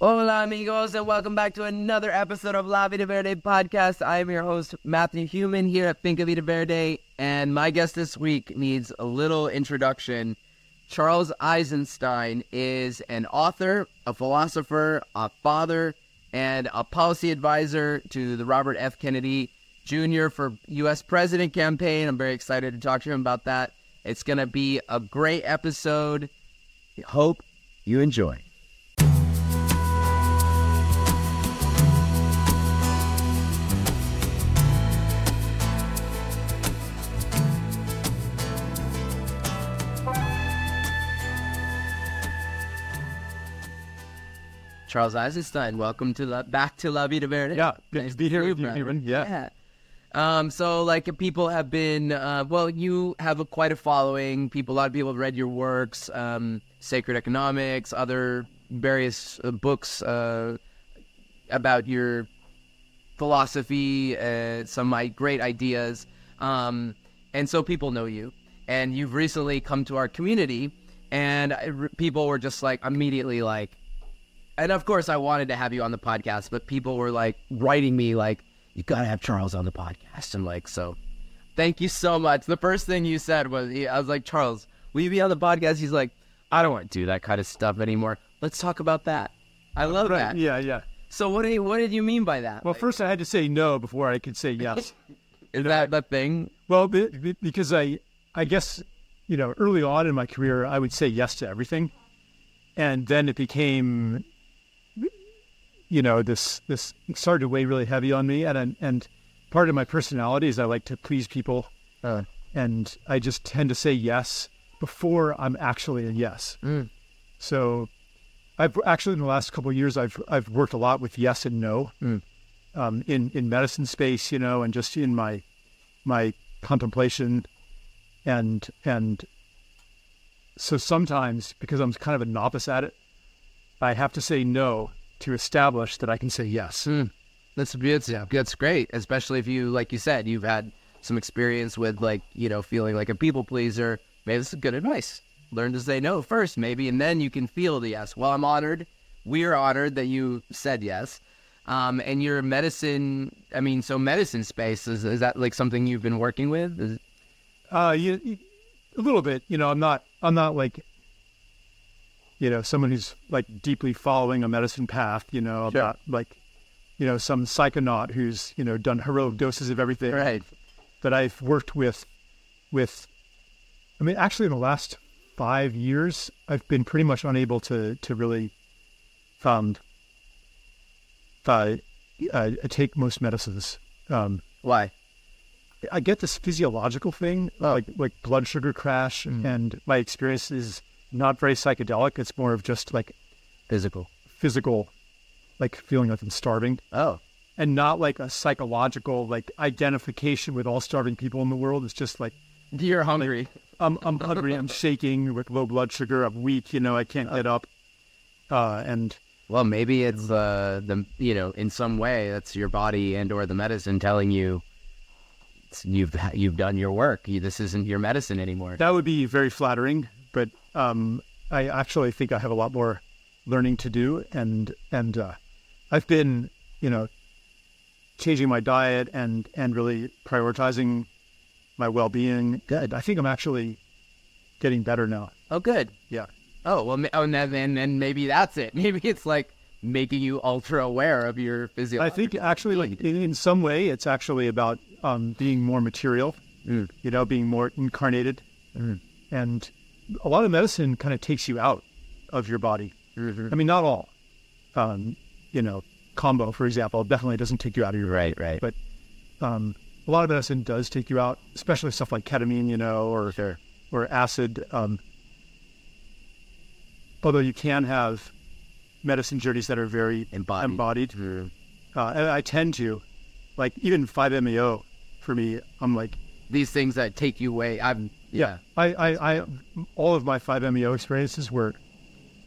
Hola, amigos, and welcome back to another episode of La Vida Verde podcast. I am your host, Matthew Human, here at Finca Vida Verde, and my guest this week needs a little introduction. Charles Eisenstein is an author, a philosopher, a father, and a policy advisor to the Robert F. Kennedy Jr. for U.S. President campaign. I'm very excited to talk to him about that. It's going to be a great episode. Hope you enjoy. Charles Eisenstein, welcome to La- back to La Vida Verde. Yeah, good to be here with you, brother. Ruben. Yeah. Yeah. Um, so, like, people have been, uh, well, you have a, quite a following. People, a lot of people have read your works, um, Sacred Economics, other various uh, books uh, about your philosophy, uh, some like, great ideas. Um, and so people know you. And you've recently come to our community, and I, r- people were just like immediately like, and of course I wanted to have you on the podcast, but people were like writing me like, you gotta have Charles on the podcast. And like, so thank you so much. The first thing you said was, I was like, Charles, will you be on the podcast? He's like, I don't want to do that kind of stuff anymore. Let's talk about that. I love that. Yeah, yeah. So what did you, what did you mean by that? Well, first I had to say no before I could say yes. Is that that thing? well, be- be- because I, I guess, you know, early on in my career, I would say yes to everything, and then it became, you know, this this started to weigh really heavy on me, and and- and part of my personality is I like to please people, uh, and I just tend to say yes before I'm actually a yes. So, I've actually in the last couple of years, I've I've worked a lot with yes and no, um, in in medicine space, you know, and just in my my contemplation and and so sometimes because I'm kind of a novice at it, I have to say no to establish that I can say yes. That's beautiful. That's great, especially if you, like you said, you've had some experience with like you know feeling like a people pleaser. Maybe this is good advice. Learn to say no first, maybe, and then you can feel the yes. Well, I'm honored. We're honored that you said yes. Um, and your medicine, I mean, so medicine space is, is that like something you've been working with? Is, Uh, you, you- a little bit, you know, I'm not I'm not like you know someone who's like deeply following a medicine path. You know, I'm Sure. not like you know some psychonaut who's you know done heroic doses of everything. right. that I've worked with with I mean actually in the last five years I've been pretty much unable to to really um uh, uh, take most medicines. Um, Why? I get this physiological thing like like blood sugar crash and my experience is not very psychedelic. It's more of just like Physical. physical like feeling like I'm starving Oh, and not like a psychological like identification with all starving people in the world. It's just like you're hungry. I'm I'm hungry. I'm shaking with low blood sugar. I'm weak. You know, I can't get up. Uh, and Well, maybe it's uh, the you know in some way that's your body and or the medicine telling you it's- you've you've done your work. You, this isn't your medicine anymore. that would be very flattering. But um, I actually think I have a lot more learning to do. And and uh, I've been, you know, changing my diet and and really prioritizing my well being. Good. I think I'm actually getting better now. Oh, good. Yeah. Oh well, ma- oh, and then and, and maybe that's it. Maybe it's like making you ultra aware of your I physiology. think actually, like in, in some way, it's actually about um, being more material. You know, being more incarnated, Mm. and a lot of medicine kind of takes you out of your body. Mm-hmm. I mean, not all. Um, you know, combo, for example, definitely doesn't take you out of your Right, right. But um, a lot of medicine does take you out, especially stuff like ketamine, you know, or Sure. or acid. Um, although you can have medicine journeys that are very Embodied. embodied Mhm. uh, and I tend to, like even 5-MeO, for me, I'm like, These things that take you away. I'm yeah. I, I, I, all of my 5-MeO experiences were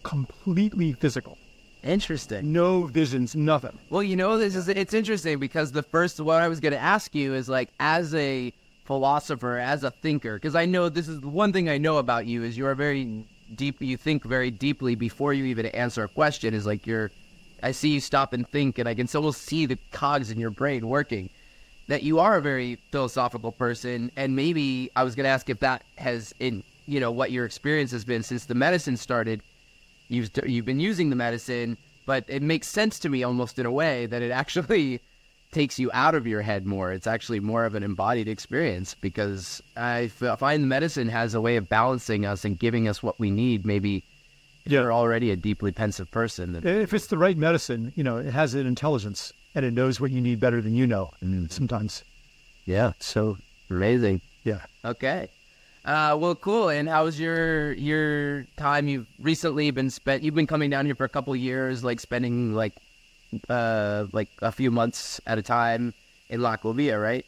completely physical, Interesting. no visions, nothing. Well, you know, this is it's interesting because the first what I was going to ask you is like as a philosopher, as a thinker, because I know this is the one thing I know about you is you are very deep. You think very deeply before you even answer a question. Is like you're I see you stop and think, and I can still see the cogs in your brain working. That you are a very philosophical person, and maybe I was going to ask if that has in you know what your experience has been since the medicine started. You've you've been using the medicine, but it makes sense to me almost in a way that it actually takes you out of your head more. It's actually more of an embodied experience because I f- find medicine has a way of balancing us and giving us what we need. Maybe if Yeah. you're already a deeply pensive person. Then, If it's the right medicine, you know, it has an intelligence and it knows what you need better than you know sometimes. yeah, So, amazing. yeah. Okay. Uh, well, cool. And how's your your time? You've recently been spent. You've been coming down here for a couple years, like spending like uh like a few months at a time in La Covia, right?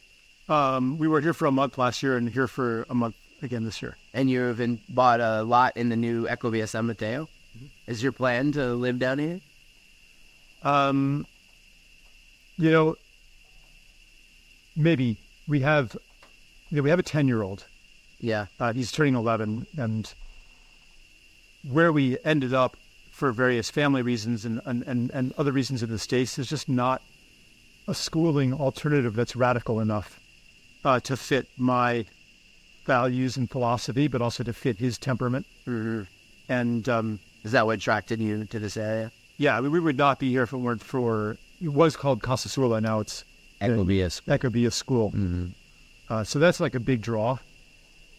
Um, we were here for a month last year and here for a month again this year. and you've in, bought a lot in the new Ecovia San Mateo. Is your plan to live down here? Um, you know, maybe we have, you know, we have a 10 year old. Yeah, Uh, he's turning 11 and where we ended up for various family reasons and, and, and, and other reasons in the States is just not a schooling alternative that's radical enough uh, to fit my values and philosophy, but also to fit his temperament. And, um, Mm-hmm. is that what attracted you to this area? Yeah, I mean, we would not be here if it weren't for it was called Casa Sula. Now it's Ecovia. Ecobia School. Uh, so that's like a big draw,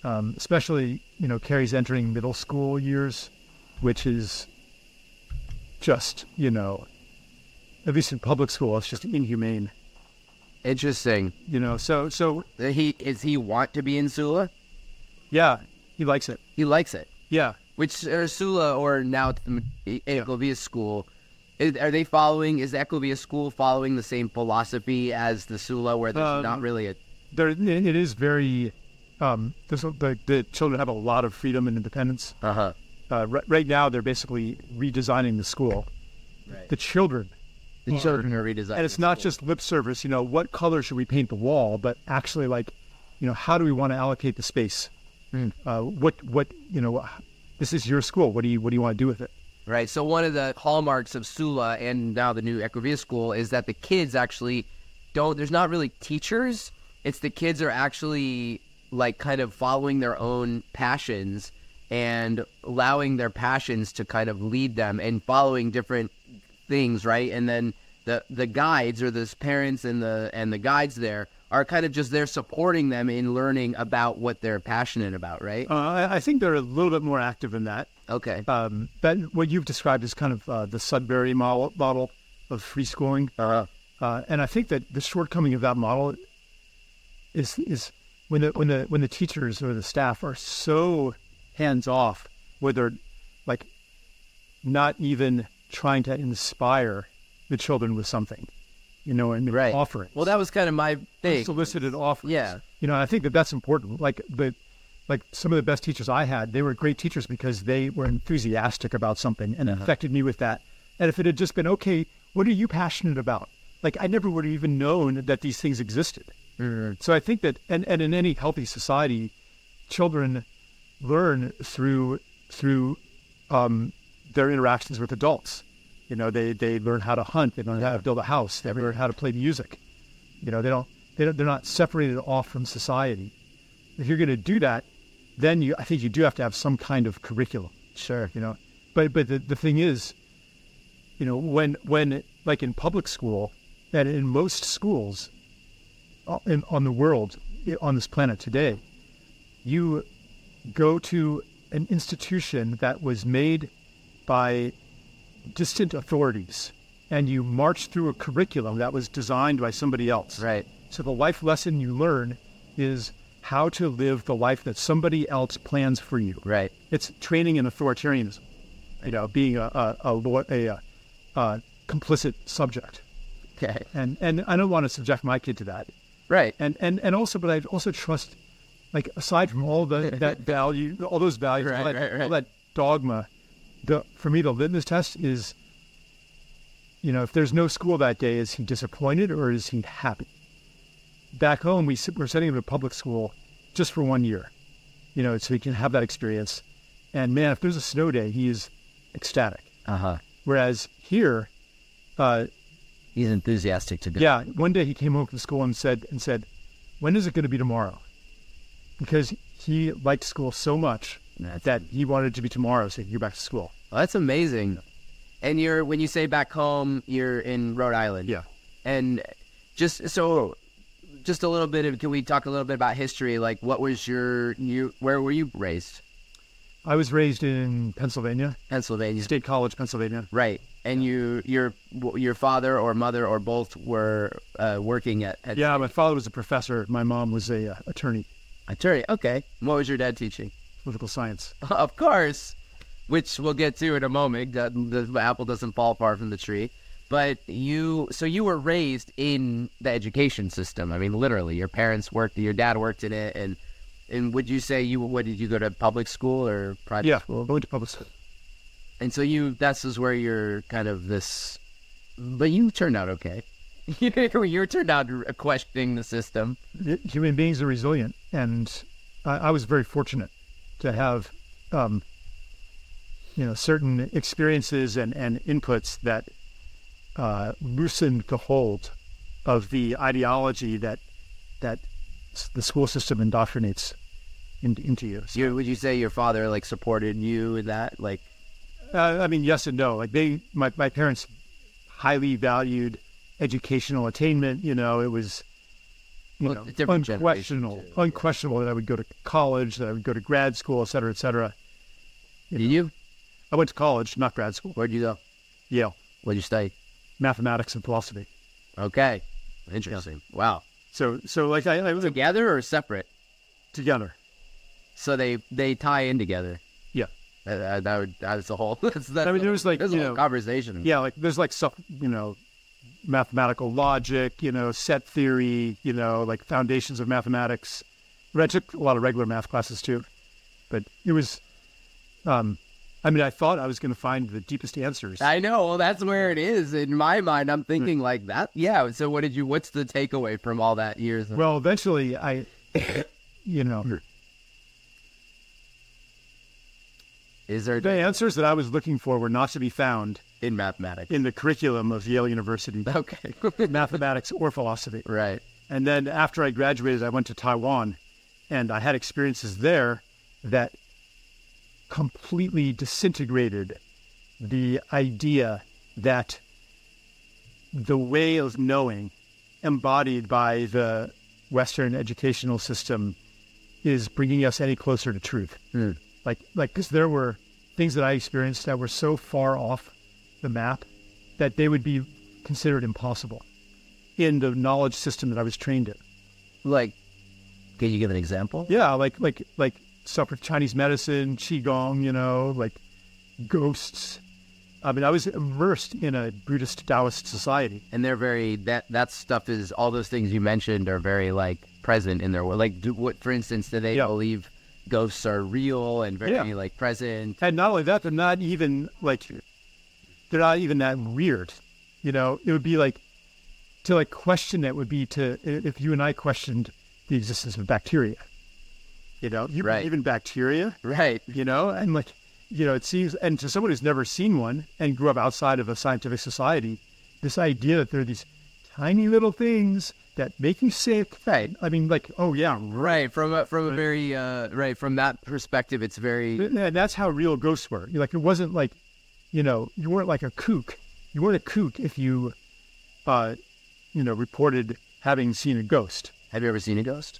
um, especially you know Carrie's entering middle school years, which is just you know, at least in public school, it's just inhumane. Interesting. You know, so so Uh, He is he want to be in Sula? yeah, he likes it. He likes it. Yeah, Which uh, Sula or now it's the Ecovia school? Is, are they following? Is the Ecovia school following the same philosophy as the Sula, where there's Um, not really a there it it is very. Um, there's, a- the, the children have a lot of freedom and independence. uh huh Uh, ri- right now, they're basically redesigning the school. right. the children. the children are redesigning, And it's not just lip service, you know, what color should we paint the wall, but actually like, you know, how do we want to allocate the space? Uh, what, what, you know, wh- this is your school. What do you, what do you want to do with it? Right. So one of the hallmarks of Sula and now the new Ecovia school is that the kids actually don't. There's not really teachers. It's the kids are actually like kind of following their own passions and allowing their passions to kind of lead them and following different things. Right. And then the the guides or the parents and the and the guides there are kind of just there supporting them in learning about what they're passionate about. Right. Uh, I, I think they're a little bit more active in that. Okay. Um, that what you've described is kind of uh, the Sudbury model, model of free schooling. Uh, Uh, and I think that the shortcoming of that model is is when the when the when the teachers or the staff are so hands off, where they're like not even trying to inspire the children with something, you know, and right. offering Well, that was kind of my thing. solicited offers. Yeah. you know, I think that that's important. Like the like some of the best teachers I had, they were great teachers because they were enthusiastic about something Uh-huh. and affected me with that. And if it had just been okay, what are you passionate about? Like I never would have even known that these things existed. So I think that, and, and in any healthy society, children learn through through um, their interactions with adults. You know, they, they learn how to hunt, they learn how to build a house, they learn how to play music. You know, they don't they don't, they're not separated off from society. If you're going to do that, then you I think you do have to have some kind of curriculum. Sure, you know, but but the, the thing is, you know, when when like in public school and in most schools o- in, on the world i- on this planet today, you go to an institution that was made by distant authorities and you march through a curriculum that was designed by somebody else. Right. So the life lesson you learn is how to live the life that somebody else plans for you. Right. It's training in authoritarianism, you know, being a, a, a, law- a, a, a complicit subject. Okay. And, and I don't want to subject my kid to that Right. and and and also, but I also trust, like aside from all the that value, all those values, all, Right, that, right, right. all that dogma, the for me the litmus test is, you know, if there's no school that day, is he disappointed or is he happy? Back home, we s- we're sending him to public school just for one year, you know, so he can have that experience. And man, if there's a snow day, he is ecstatic. Uh huh. Whereas here, uh, He's enthusiastic to go. yeah, one day he came home from school and said, and said, when is it going to be tomorrow? Because he liked school so much That's- that he wanted it to be tomorrow so he could go back to school. Well, that's amazing. And you're when you say back home, you're in Rhode Island. Yeah. And just so, just a little bit of can we talk a little bit about history? Like, what was your you where were you raised? I was raised in Pennsylvania, Pennsylvania. State College, Pennsylvania. Right. And you your your father or mother or both were uh, working at, at Yeah, my father was a professor. My mom was a uh, attorney, attorney. Okay. What was your dad teaching? political science. of course, which we'll get to in a moment. The, the apple doesn't fall far from the tree. But you, so you were raised in the education system. I mean, literally, your parents worked, your dad worked in it, and and would you say you what did you go to public school or private Yeah, school? going to public school. And so you, that's is where you're kind of this, but you turned out okay. you turned out questioning the system. Y- Human beings are resilient, and I, I was very fortunate to have, um, you know, certain experiences and, and inputs that uh, loosened the hold of the ideology that that s- the school system indoctrinates in, into you. So, You, would you say your father like supported you in that? Like, uh, I mean, yes and no. Like they, my, my parents highly valued educational attainment. You know, it was you Well, know, it's different generation, unquestionable, too. unquestionable that I would go to college, that I would go to grad school, et cetera, et cetera. did you? I went to college, not grad school. Where'd you go? Yale, What'd you study? mathematics and philosophy. Okay. Interesting. Wow. So, so like I, I was Together or separate? together. So they they tie in together. Yeah. That, that, that would that's the whole. That's, that's I mean, the- it was like, there's a you whole know- conversation. Yeah, like there's like some, you know, mathematical logic, you know, set theory, you know, like foundations of mathematics. But I took a lot of regular math classes too, but it was, um, I mean, I thought I was going to find the deepest answers. I know. Well, that's where it is in my mind. I'm thinking like that. Yeah. So what did you? What's the takeaway from all that years? Of, well, eventually, I, you know, is there the answers that I was looking for were not to be found in mathematics? in the curriculum of Yale University, Okay. mathematics or philosophy. right. And then after I graduated, I went to Taiwan and I had experiences there that completely disintegrated the idea that the way of knowing embodied by the Western educational system is bringing us any closer to truth. Like, like, because there were things that I experienced that were so far off the map that they would be considered impossible in the knowledge system that I was trained in. Like, can you give an example? Yeah, like like like stuff with Chinese medicine, qigong, you know, like ghosts. I mean, I was immersed in a Buddhist Taoist society. And they're very that that stuff is all those things you mentioned are very like present in their world. Like do, what for instance, do they Yeah. believe ghosts are real and very Yeah. like present? And not only that, they're not even like they're not even that weird. You know, it would be like to like question it would be to if you and I questioned the existence of bacteria. You know, you Right. believe in bacteria. Right. you know, and like, you know, it seems, and to someone who's never seen one and grew up outside of a scientific society, this idea that there are these tiny little things that make you sick. Right. I mean, like, oh yeah, right. Right from a, from a very uh, right from that perspective, it's very And that's how real ghosts were. Like, it wasn't like, you know, you weren't like a kook. You weren't a kook if you, uh, you know, reported having seen a ghost. Have you ever seen a ghost?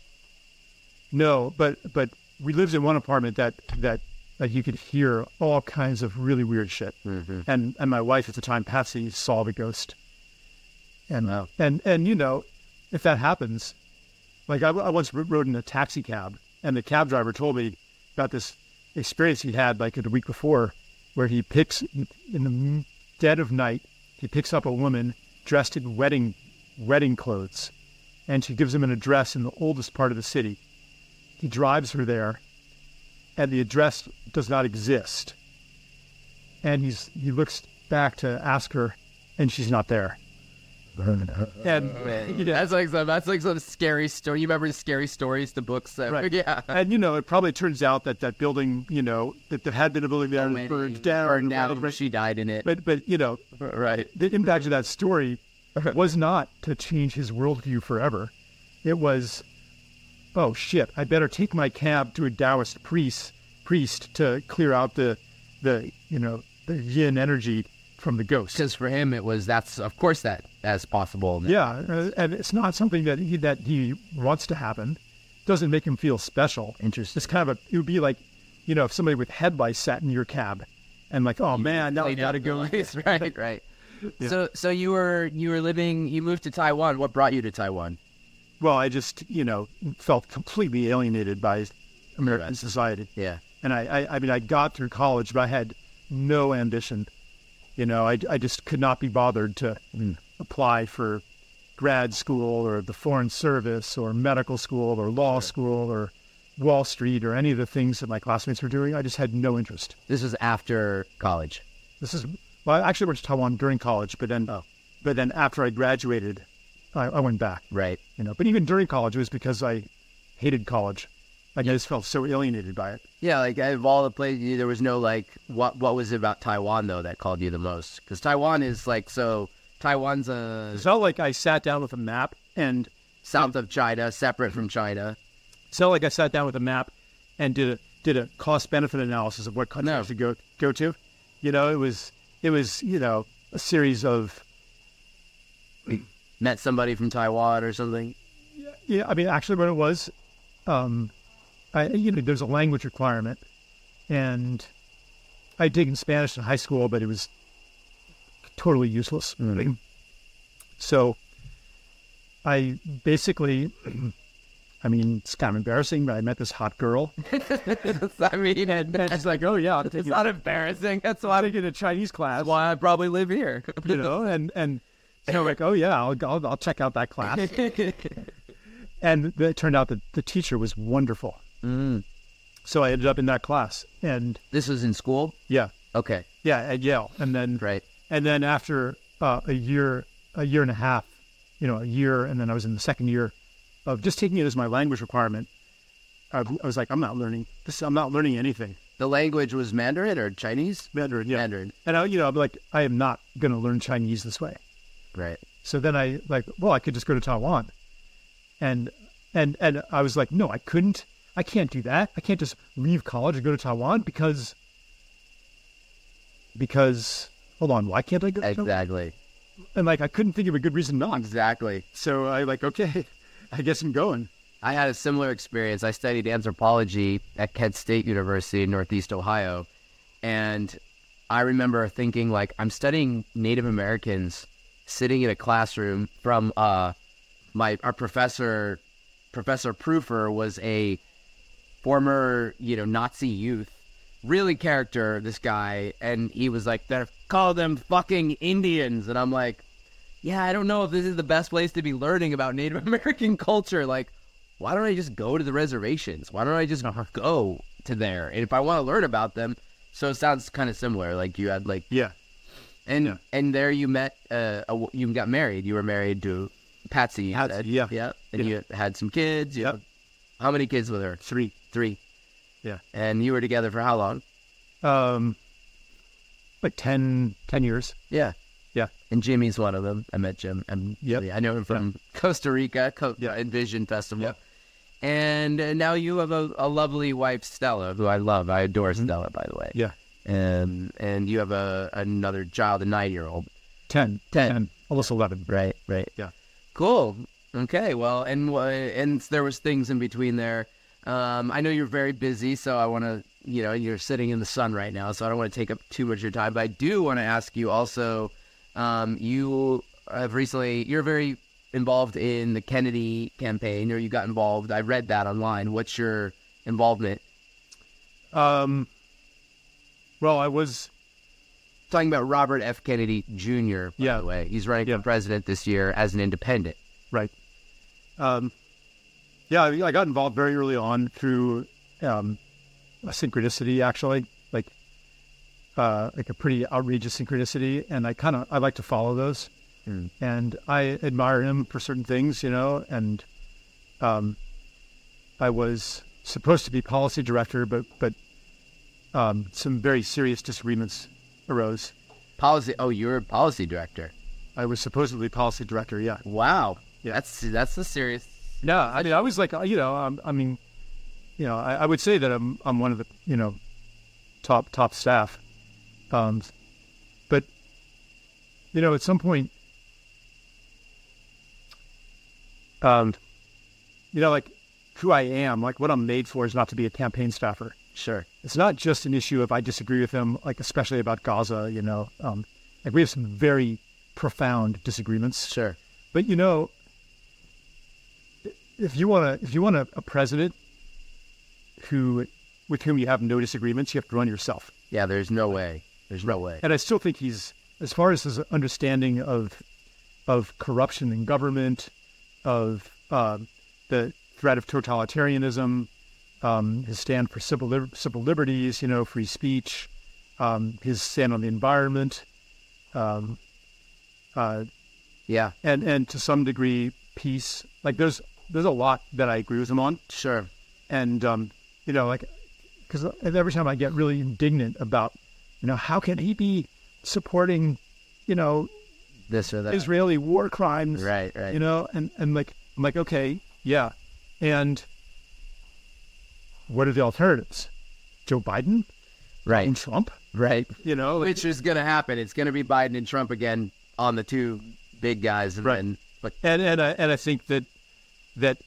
No, but but we lived in one apartment that that that you could hear all kinds of really weird shit. Mhm. And and my wife at the time, Patsy, saw the ghost. And Wow. and and you know, if that happens, like I, I once ro- rode in a taxi cab, and the cab driver told me about this experience he had like the week before, where he picks in the dead of night, he picks up a woman dressed in wedding wedding clothes, and she gives him an address in the oldest part of the city. He drives her there, and the address does not exist. And he's he looks back to ask her, and she's not there. and you know, Oh, That's like some. That's like some scary story. You remember the scary stories, the books that. Right. Yeah. and you know, it probably turns out that that building, you know, that there had been a building there and it Many- burned down, Oh, Burned down. right? She died in it. But but you know, right. the impact of that story was not to change his worldview forever. It was, oh shit, I better take my cab to a Taoist priest priest to clear out the the you know the yin energy from the ghost. Because for him, it was that's of course that that's possible. Yeah, uh, and it's not something that he that he wants to happen. Doesn't make him feel special. Interesting. It's kind of a. It would be like, you know, if somebody with headlights sat in your cab, and like, oh man, now I Clean up gotta the go. lights, right, right. So, so you were you were living. You moved to Taiwan. What brought you to Taiwan? Well, I just you know felt completely alienated by American society. Yeah. And I, I, I mean, I got through college, but I had no ambition. You know, I, I just could not be bothered to apply for grad school or the foreign service or medical school or law school or Wall Street or any of the things that my classmates were doing. I just had no interest. This was after college. This is well, I actually went to Taiwan during college, but then but then after I graduated, I, I went back. Right. You know, but even during college, it was because I hated college. Like I just felt so alienated by it. Yeah, like out of all the places, there was no like what what was it about Taiwan though that called you the most? Because Taiwan is like so Taiwan's uh, It's not like I sat down with a map and south of China, separate from China. it's not like I sat down with a map and did a did a cost benefit analysis of what country No. I should go go to. You know, it was it was you know a series of Met somebody from Taiwan or something. yeah. I mean, actually, what it was, um, I you know there's a language requirement, and I would taken Spanish in high school, but it was totally useless. Mm. So I basically, I mean, it's kind of embarrassing, but I met this hot girl. I mean, And she's like, oh, yeah, I'm it's taking, not embarrassing. That's I'm why taking a Chinese class, why I probably live here. you know, and, and so I'm like, oh, yeah, I'll, I'll, I'll check out that class. and it turned out that the teacher was wonderful. So I ended up in that class. And This was in school. yeah, Okay. yeah, at Yale. And then, Right. and then after uh, a year, a year and a half, you know, a year, and then I was in the second year of just taking it as my language requirement. I, I was like, I'm not learning this. I'm not learning anything. the language was Mandarin or Chinese. Mandarin, yeah. Mandarin. And I, you know, I'm like, I am not going to learn Chinese this way. Right. So then I like, well, I could just go to Taiwan, and and and I was like, no, I couldn't. I can't do that. I can't just leave college and go to Taiwan because because hold on, why can't I go? to Taiwan? Exactly. And like, I couldn't think of a good reason not. Exactly. So I like, okay, I guess I'm going. I had a similar experience. I studied anthropology at Kent State University in Northeast Ohio. And I remember thinking, like, I'm studying Native Americans sitting in a classroom from uh, my our professor, Professor Prufer, was a former, you know, Nazi youth. Really character, this guy. And he was like, they're call them fucking Indians. And I'm like, yeah, I don't know if this is the best place to be learning about Native American culture. Like, why don't I just go to the reservations? Why don't I just Uh-huh. go to there? And if I want to learn about them, so it sounds kind of similar. Like you had like, Yeah, and Yeah. and there you met, uh, a w you got married. You were married to Patsy. you Patsy, said. yeah. yeah. And Yeah. you had some kids. You Yep. How many kids were there? three. Three. Yeah. And you were together for how long? Um, like 10, 10 years. Yeah. Yeah. And Jimmy's one of them. I met Jim. And Yep. yeah, I know him from Costa Rica, Co- uh, Yeah. Envision Festival. Yep. And uh, now you have a, a lovely wife, Stella, who I love. I adore Mm-hmm. Stella, by the way. Yeah, Um, and you have a another child, a nine year old. 10, Ten. almost eleven. Right. Right. Yeah. Cool. Okay. Well, and wha- and there was things in between there. Um, I know you're very busy, so I want to, you know, you're sitting in the sun right now, so I don't want to take up too much of your time. But I do want to ask you also. Um, you have recently, you're very involved in the Kennedy campaign, or you got involved. I read that online. What's your involvement? Um, well, I was Talking about Robert F. Kennedy Jr. By Yeah. the way, he's running Yeah. for president this year as an independent. Right. Um, yeah, I I got involved very early on through um, a synchronicity, actually, like uh, like a pretty outrageous synchronicity, and I kind of I like to follow those. and I admire him for certain things, you know. And um, I was supposed to be policy director, but but um, some very serious disagreements arose. Policy. Oh, you're a policy director. I was supposedly policy director, yeah. Wow. That's that's a serious. No, I mean, I was like, you know, um, I mean, you know, I, I would say that I'm I'm one of the you know top top staff, um, but you know, at some point, um, you know, like who I am, like what I'm made for, is not to be a campaign staffer. Sure. It's not just an issue if I disagree with him, like especially about Gaza. You know, um, like we have some very profound disagreements. Sure. But you know, if you want to, if you want a, a president who, with whom you have no disagreements, you have to run yourself. Yeah. There's no way. There's no way. And I still think he's, as far as his understanding of, of corruption in government, of um the threat of totalitarianism, um, his stand for civil lib- civil liberties, you know, free speech, um, his stand on the environment, um, uh, Yeah. and and to some degree peace. Like there's there's a lot that I agree with him on, Sure. and um, you know, like because every time I get really indignant about, you know, how can he be supporting, you know, This or that. Israeli war crimes, Right. Right. you know, and and like I'm like okay, yeah, and what are the alternatives? Joe Biden and right. Trump, Right. you know, like, Which is gonna happen? It's gonna be Biden and Trump again on the two big guys, and Right. then like and and I, and I think that that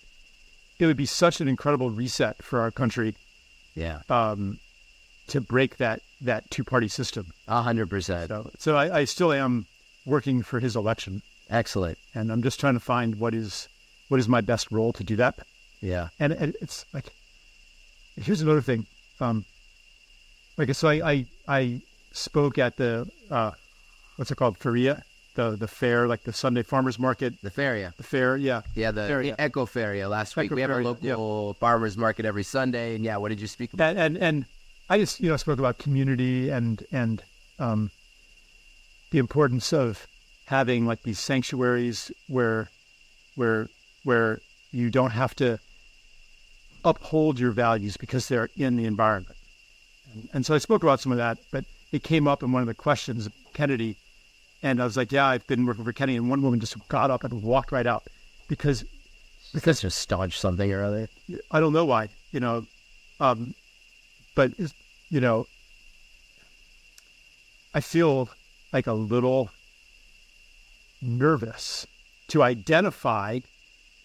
it would be such an incredible reset for our country yeah, um, to break that that two party system. a hundred percent. So, so I, I still am working for his election, Excellent. and I'm just trying to find what is what is my best role to do that. Yeah. And, and it's like, here's another thing. Um, like so, I I, I spoke at the uh, what's it called, Feria, the the fair, like the Sunday farmers market, The Feria. the fair, yeah. Yeah, the E-, Feria. Echo Feria last week. Echo we have a Feria, local farmers market every Sunday, and yeah, what did you speak about? and and, and I just you know spoke about community and and um, the importance of having like these sanctuaries where where where you don't have to uphold your values because they're in the environment. And, and so I spoke about some of that, but it came up in one of the questions of Kennedy, and I was like, yeah, I've been working for Kennedy, and one woman just got up and walked right out because Because just staunch something or other. I don't know why, you know, um, but it's- you know, I feel like a little nervous to identify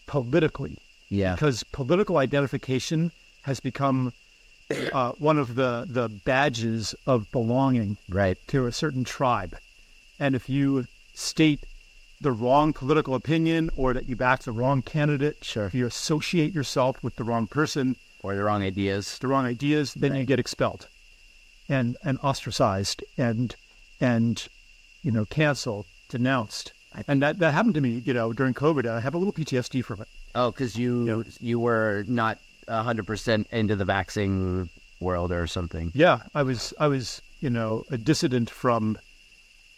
politically Yeah. because political identification has become uh, one of the the badges of belonging Right. to a certain tribe. And if you state the wrong political opinion or that you back the wrong candidate, Sure. if you associate yourself with the wrong person, Or the wrong ideas. the wrong ideas, then you get expelled and and ostracized and and you know canceled, denounced. And that, that happened to me, you know, during COVID. I have a little PTSD from it. Oh, because you Yeah. you were not a hundred percent into the vaccine world or something. Yeah, I was I was you know a dissident from,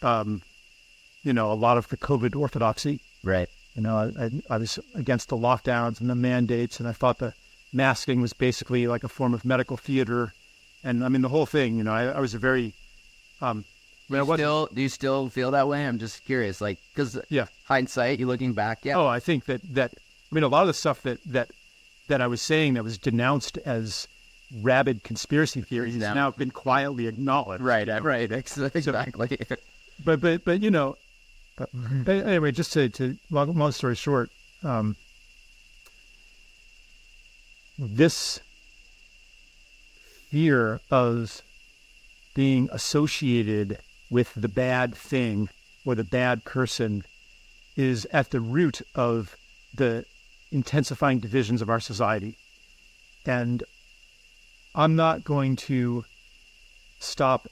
um, you know, a lot of the COVID orthodoxy. Right. You know, I, I, I was against the lockdowns and the mandates, and I thought the masking was basically like a form of medical theater. And I mean, the whole thing, you know, I, I was a very, um, I mean, Do I you, wasn't- still, do you still feel that way? I'm just curious, like, because yeah. hindsight, you looking back, yeah, Oh, I think that, that, I mean, a lot of the stuff that, that, that I was saying that was denounced as rabid conspiracy theories has Yeah. now been quietly acknowledged. right, right, ex- exactly. but but but you know, but, but anyway, just to to long, long story short, um, this fear of being associated with the bad thing or the bad person is at the root of the intensifying divisions of our society, and I'm not going to stop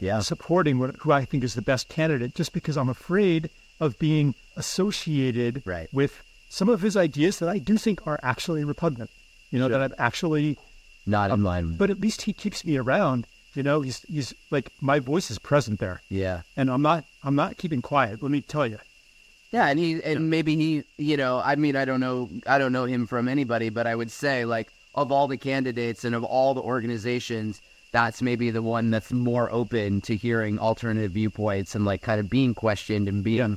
yeah. uh, supporting what, who I think is the best candidate just because I'm afraid of being associated Right. with some of his ideas that I do think are actually repugnant. You know, that I'm actually, Not in line. but at least he keeps me around You know, he's he's like my voice is present there, Yeah. and I'm not I'm not keeping quiet. Let me tell you. Yeah, and he and maybe he, you know, I mean, I don't know, I don't know him from anybody, but I would say like of all the candidates and of all the organizations, that's maybe the one that's more open to hearing alternative viewpoints and like kind of being questioned and being.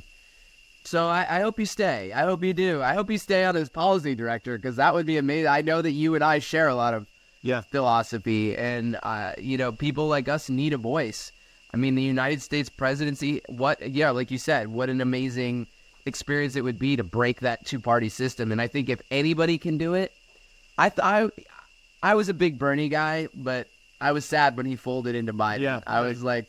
So I, I hope you stay. I hope you do. I hope you stay on as policy director because that would be amazing. I know that you and I share a lot of Yeah. philosophy, and uh, you know, people like us need a voice. I mean, the United States presidency. What? Yeah, like you said, what an amazing experience it would be to break that two-party system. And I think if anybody can do it, I th- I I was a big Bernie guy, but I was sad when he folded into Biden. Yeah. I was like,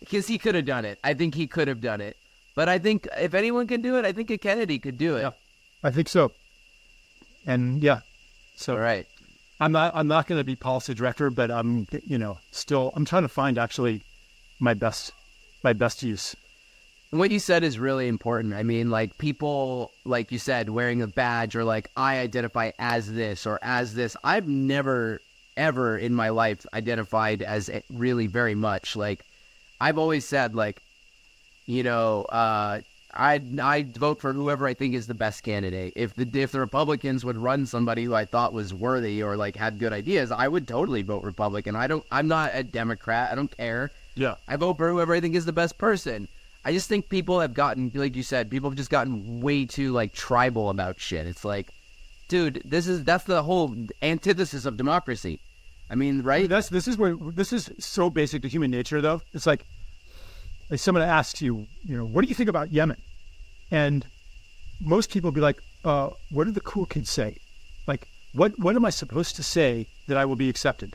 because he could have done it. I think he could have done it. But I think if anyone can do it, I think a Kennedy could do it. Yeah. I think so. And yeah, so All right. I'm not I'm not going to be policy director, but I'm you know still I'm trying to find actually my best my best use. And what you said is really important. I mean, like people, like you said, wearing a badge or like I identify as this or as this. I've never, ever in my life identified as a- really very much. Like I've always said, like you know, uh, I I vote for whoever I think is the best candidate. If the if the Republicans would run somebody who I thought was worthy or like had good ideas, I would totally vote Republican. I don't. I'm not a Democrat. I don't care. Yeah, I vote for whoever I think is the best person. I just think people have gotten, like you said, people have just gotten way too like tribal about shit. It's like, dude, this is that's the whole antithesis of democracy. I mean, right? that's this is where this is so basic to human nature though. It's like like someone asks you, you know, what do you think about Yemen? And most people be like, uh, what do the cool kids say? Like, what what am I supposed to say that I will be accepted?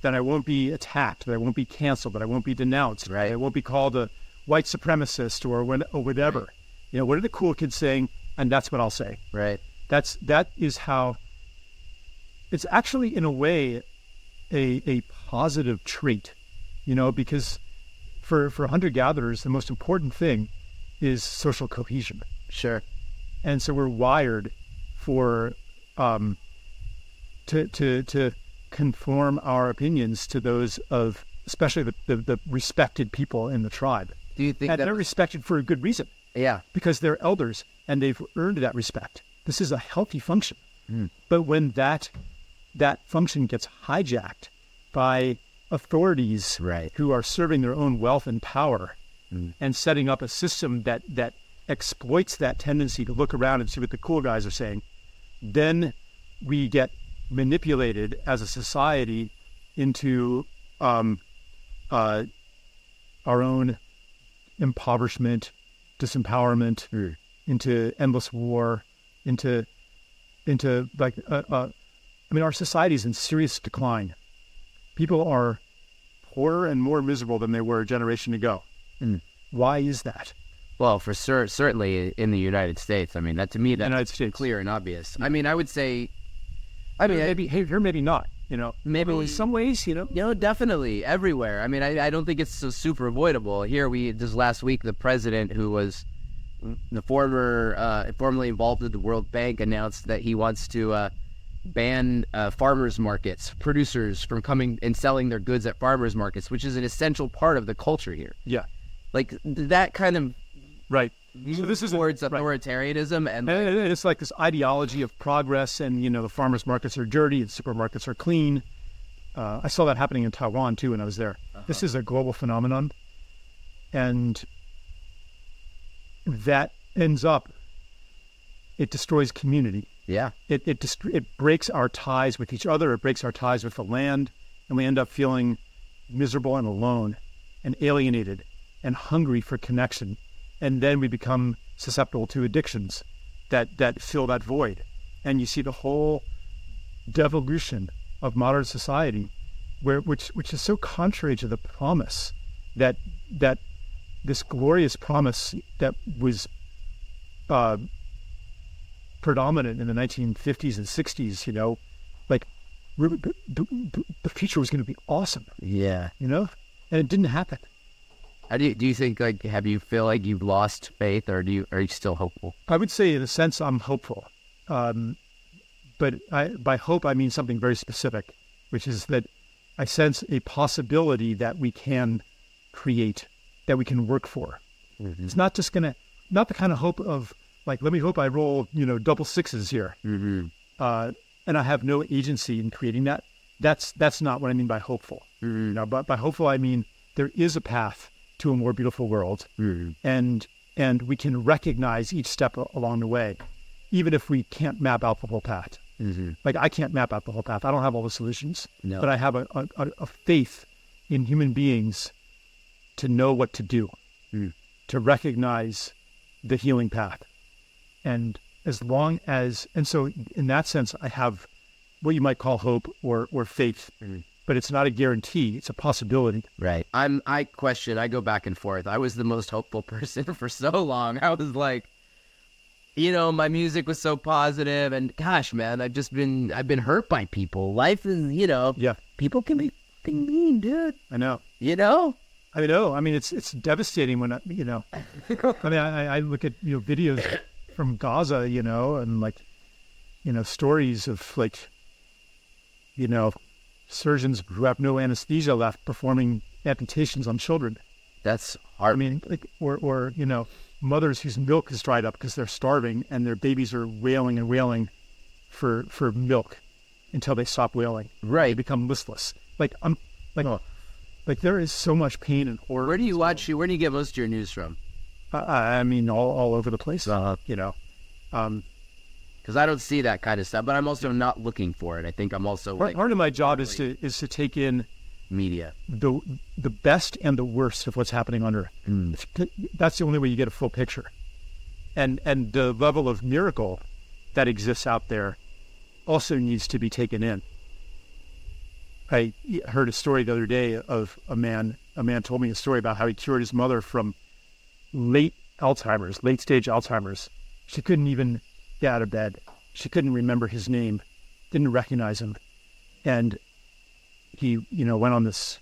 That I won't be attacked, that I won't be canceled, that I won't be denounced, Right. that I won't be called a white supremacist or, when, or whatever. You know, what are the cool kids saying? And that's what I'll say. Right. That's that is how it's actually in a way a a positive trait, you know, because for for hunter gatherers the most important thing is social cohesion, Sure. and so we're wired for um, to to to conform our opinions to those of especially the, the, the respected people in the tribe, Do you think and that? they're respected for a good reason yeah. because they're elders and they've earned that respect. This is a healthy function. But when that that function gets hijacked by authorities Right. who are serving their own wealth and power and setting up a system that that exploits that tendency to look around and see what the cool guys are saying, then we get manipulated as a society into um, uh, our own impoverishment, disempowerment, into endless war, into into like uh, uh, I mean, our society is in serious decline. People are poorer and more miserable than they were a generation ago. Hmm. Why is that? Well, for cer- certainly in the United States. I mean, that to me, that's United States. clear and obvious. I mean, I would say. I mean, Maybe hey, here, maybe not. You know, Maybe- Well, in some ways, you know. No, definitely everywhere. I mean, I, I don't think it's so super avoidable. Here we just last week the president who was the former uh, formerly involved with the World Bank announced that he wants to uh, ban uh, farmers markets, producers from coming and selling their goods at farmers markets, which is an essential part of the culture here. Yeah, Like th- that kind of right. So this is a- towards right. authoritarianism and And it- it's like this ideology of progress, and you know, the farmers' markets are dirty, and supermarkets are clean. Uh, I saw that happening in Taiwan too when I was there. This is a global phenomenon, and that ends up it destroys community. yeah, It it dest- it breaks our ties with each other. It breaks our ties with the land, and we end up feeling miserable and alone, and alienated, and hungry for connection. And then we become susceptible to addictions that that fill that void. And you see the whole devolution of modern society, where which which is so contrary to the promise that that this glorious promise that was uh, predominant in the 1950s and 60s. You know, like we- we- the the future was going to be awesome. yeah. You know, and it didn't happen. How do you do you think like have you feel like you've lost faith or do you are you still hopeful? I would say, in a sense, I'm hopeful, um, but I, by hope I mean something very specific, which is that I sense a possibility that we can create, that we can work for. It's not just gonna, not the kind of hope of like, let me hope I roll, you know, double sixes here, uh, and I have no agency in creating that. That's that's not what I mean by hopeful. You know, but by hopeful I mean there is a path to a more beautiful world, and and we can recognize each step a- along the way, even if we can't map out the whole path. Like I can't map out the whole path. I don't have all the solutions, No. but I have a, a, a- a faith in human beings to know what to do, Hmm. to recognize the healing path, and as long as and so in that sense, I have what you might call hope or or faith, but it's not a guarantee. It's a possibility. Right. I'm I question, I go back and forth. I was the most hopeful person for so long. I was like you know, my music was so positive and gosh, man, I've just been I've been hurt by people. Life is, you know, Yeah, people can be fucking mean, dude. I know. You know? I mean, oh, I mean, it's it's devastating when I, you know. I mean, I, I look at you know videos from Gaza, you know, and like, you know, stories of like, you know, surgeons who have no anesthesia left performing amputations on children. That's I hard. mean, like, or or you know, mothers whose milk is dried up because they're starving and their babies are wailing and wailing for for milk until they stop wailing. They Right. become listless. Like I'm like. Like there is so much pain and horror. Where do you watch you where do you get most of your news from? I, I I mean, all, all over the place. Uh-huh. You know, um, Cuz I don't see that kind of stuff, but I'm also not looking for it. I think I'm also part, like part of my job is to is to take in media. the the best and the worst of what's happening on Earth. That's the only way you get a full picture, and and the level of miracle that exists out there also needs to be taken in. I heard a story the other day of a man. A man told me a story about how he cured his mother from late Alzheimer's, late stage Alzheimer's. She couldn't even get out of bed. She couldn't remember his name, didn't recognize him, and he you know went on this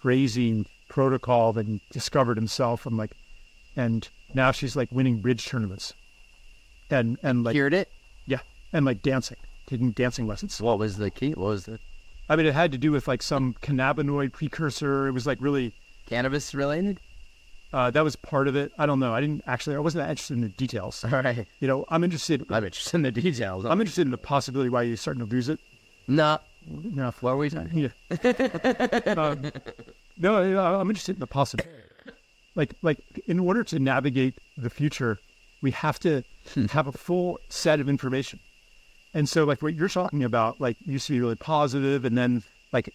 crazy protocol that he discovered himself and like and now she's like winning bridge tournaments and and like Cured it? yeah and like dancing taking dancing lessons What was the key? What was the i mean it had to do with like some cannabinoid precursor it was like really cannabis related? uh, that was part of it i don't know i didn't actually i wasn't that interested in the details All right. you know i'm interested I'm interested in the details. i'm interested in the possibility why you're starting to lose it not no what were we talking Yeah. um, no, I- I'm interested in the possible. Like, like in order to navigate the future, we have to have a full set of information. And so, like what you're talking about, like you used to be really positive, and then like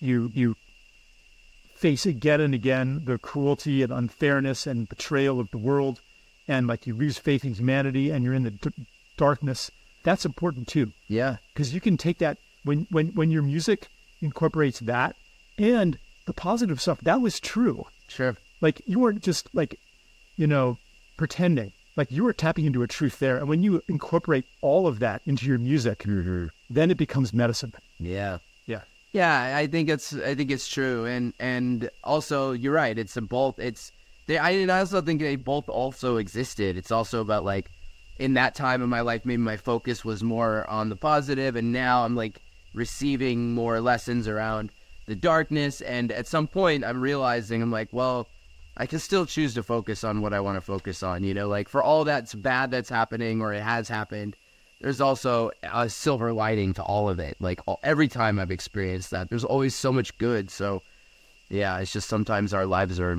you you face again and again the cruelty and unfairness and betrayal of the world, and like you lose faith in humanity, and you're in the d- darkness. That's important too Yeah. because you can take that when when when your music incorporates that and the positive stuff that was true Sure. like you weren't just like you know pretending like you were tapping into a truth there and when you incorporate all of that into your music then it becomes medicine Yeah. yeah Yeah, I think it's I think it's true, and and also you're right. It's a both. It's they. I and I also think they both also existed. It's also about like in that time of my life, maybe my focus was more on the positive, and now I'm like receiving more lessons around the darkness. And at some point, I'm realizing I'm like, well, I can still choose to focus on what I want to focus on. You know, like for all that's bad that's happening or it has happened, there's also a silver lining to all of it. Like all, every time I've experienced that, there's always so much good. So, yeah, it's just sometimes our lives are.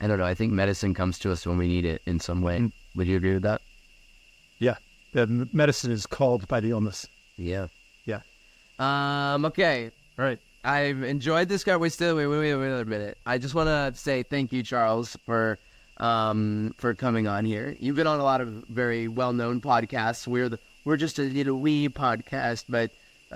I don't know. I think medicine comes to us when we need it in some way. Would you agree with that? yeah the m- medicine is called by the illness Yeah. yeah Um. Okay. all right I've enjoyed this guy. Wait, still wait, wait, wait, wait another minute. I just want to say thank you, Charles, for um for coming on here. You've been on a lot of very well-known podcasts. We're the we're just a little wee podcast, but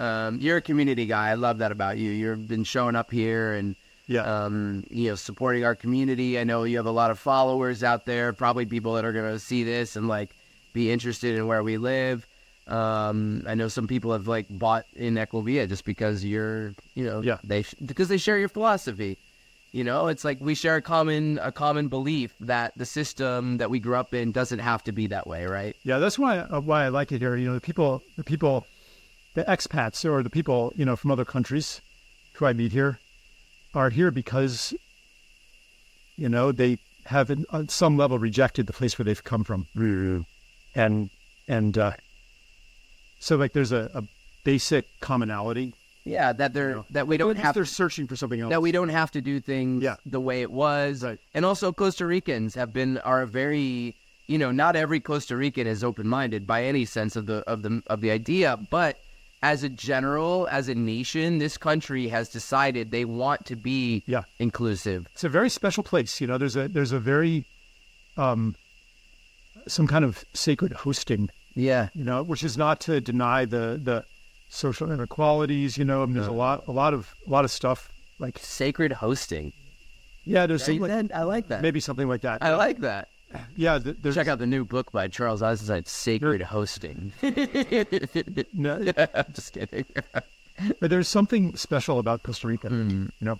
um, you're a community guy. I love that about you. You've been showing up here and Yeah. um, you know, supporting our community. I know you have a lot of followers out there, probably people that are going to see this and like be interested in where we live. Um, I know some people have like bought in Equilvia just because you're, you know, Yeah. they because they share your philosophy. You know, it's like we share a common a common belief that the system that we grew up in doesn't have to be that way, right? Yeah, that's why uh, why I like it here. You know, the people, the people, the expats or the people you know from other countries who I meet here are here because, you know, they have in- on some level rejected the place where they've come from. Mm-hmm. And, and, uh, so like there's a, a basic commonality. Yeah, that they're that we don't At least have they're searching for something else. that we don't have to do things Yeah. the way it was. Right. And also Costa Ricans have been are very you know, not every Costa Rican is open minded by any sense of the of the of the idea, but as a general, as a nation, this country has decided they want to be Yeah. inclusive. it's a very special place. You know, there's a there's a very um, some kind of sacred hosting. Yeah. You know, which is not to deny the the social inequalities. You know, I mean, there's a lot a lot of a lot of stuff like Sacred hosting. yeah, there's some, Right, like, then? I like that. maybe something like that. I like that. yeah, th- there's Check out the new book by Charles Eisenstein, Sacred Hosting. no, I'm just kidding. but there's something special about Costa Rica. Hmm. You know,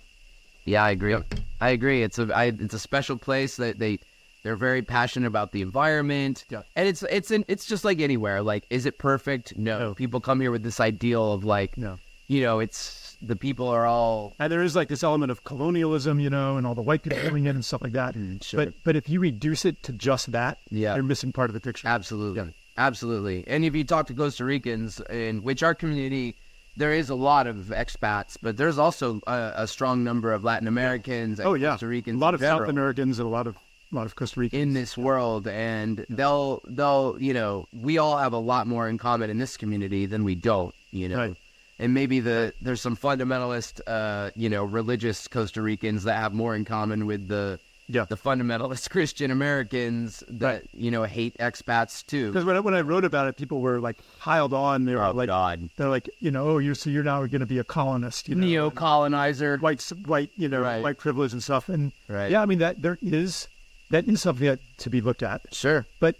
Yeah, I agree. I agree. It's a I, it's a special place that they they're very passionate about the environment. Yeah. And it's it's an, it's just like anywhere. Like is it perfect? No. No. People come here with this ideal of like No. you know, it's the people are all and there is like this element of colonialism. You know, and all the white people coming in and stuff like that. Hmm, sure. But but if you reduce it to just that, Yeah. you're missing part of the picture. Absolutely. Absolutely. And if you talk to Costa Ricans, in which our community, there is a lot of expats, but there's also a, a strong number of Latin Americans and Oh yeah, Costa Ricans. a lot in of South general. Americans and a lot of a lot of Costa Ricans. in this world and they'll they'll you know we all have a lot more in common in this community than we don't you know Right. and maybe the there's some fundamentalist uh you know religious costa ricans that have more in common with the Yeah. the fundamentalist christian americans that you know hate expats too Because when I, when I wrote about it, people were like piled on. They were oh like, god they're like, you know, oh, you're so you're now going to be a colonist, you know, neo colonizer white s- white, you know, Right. white privilege and stuff. And Right. yeah, I mean that there is that is something that, to be looked at, sure but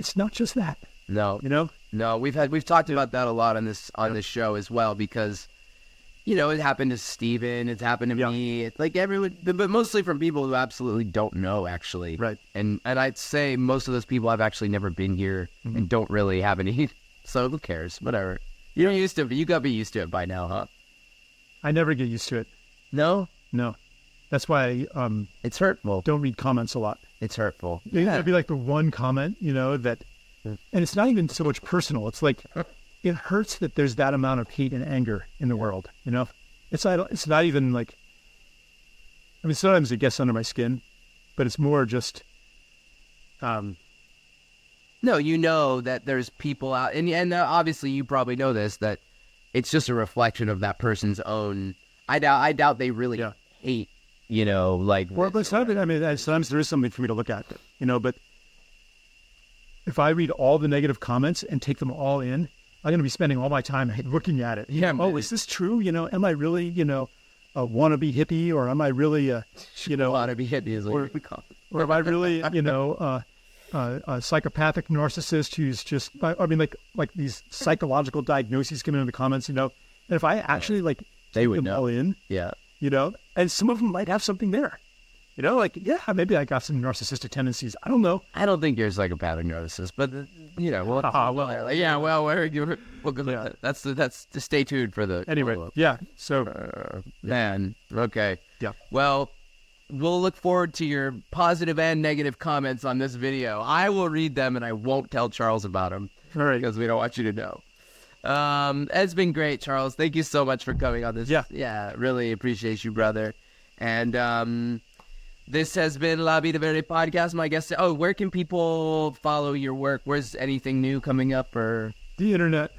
it's not just that, no you know. No, we've had we've talked about that a lot on this on this show as well because you know it happened to Steven, it's happened to Yeah. me, it's like everyone, but but mostly from people who absolutely don't know actually, Right. And and I'd say most of those people have actually never been here Mm-hmm. and don't really have any. So who cares? Whatever. You're used to it. You got to be used to it by now, huh? I never get used to it. No, No, that's why I um, it's hurtful. don't read comments a lot. It's hurtful. Yeah. That'd be like the one comment, you know, that, and it's not even so much personal. It's like, it hurts that there's that amount of hate and anger in the world, you know? It's not, it's not even like, I mean, sometimes it gets under my skin, but it's more just, um, No, you know that there's people out, and and uh, obviously you probably know this that it's just a reflection of that person's own. I doubt. I doubt they really Yeah. hate. You know, like well, but sometimes, I mean, uh, sometimes there is something for me to look at, you know, but if I read all the negative comments and take them all in, I'm going to be spending all my time looking at it. Yeah, Oh, man. is this true? You know, am I really, you know, a wannabe hippie or am I really a, you know, want to be hit is Or- what we call. it. or am I really, you know, uh, uh, a psychopathic narcissist who's just? I, I mean, like like these psychological diagnoses come in the comments, you know. And if I actually like They take would them know. all in, Yeah, you know, and some of them might have something there, you know, like yeah, maybe I got some narcissistic tendencies. I don't know. I don't think you're a psychopathic narcissist, but uh, you know, well, Ah, well. yeah, well, we're, we're, we'll go, that's the, that's stay tuned for the Anyway, follow-up. yeah. So man. Okay, Uh, yeah, well. We'll look forward to your positive and negative comments on this video. I will read them and I won't tell Charles about them. all right. because we don't want you to know. Um, it's been great, Charles. Thank you so much for coming on this. Yeah. yeah, really appreciate you, brother. And um, this has been La Vida Verde podcast. My guest. Oh, where can people follow your work? Where's anything new coming up? Or The internet.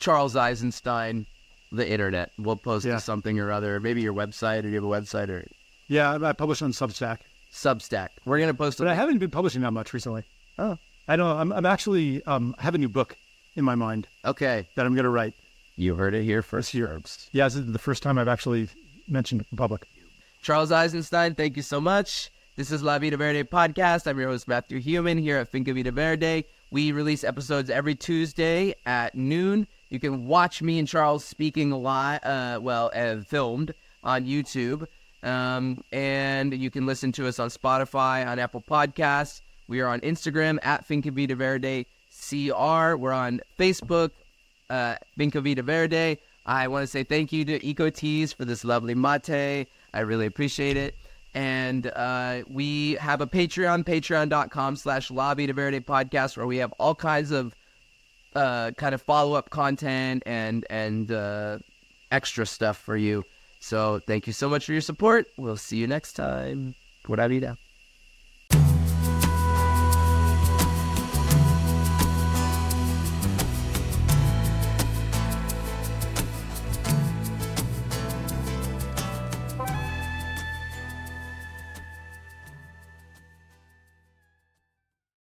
Charles Eisenstein, the internet. We'll post Yeah. to something or other. Maybe your website, or do you have a website or Yeah, I- I publish on Substack, Substack? We're gonna post. but I A- haven't been publishing that much recently. oh, I don't. I'm, I'm actually. Um, I have a new book in my mind okay. that I'm going to write. You heard it here first. Yeah, this is the first time I've actually mentioned it in public. Charles Eisenstein, thank you so much. This is La Vida Verde podcast. I'm your host, Matthew Human, here at Finca Vida Verde. We release episodes every Tuesday at noon. You can watch me and Charles speaking a lot, uh, well, uh, filmed on YouTube. Um, and you can listen to us on Spotify, on Apple Podcasts. We are on Instagram at Finca Vida Verde CR. We're on Facebook, uh, Vinca Vita Verde. I want to say thank you to EcoTeas for this lovely mate. I really appreciate it. And uh, we have a Patreon, patreon.com slash lobby to Verde podcast, where we have all kinds of uh, kind of follow up content and, and uh, extra stuff for you. So thank you so much for your support. We'll see you next time. Por vida.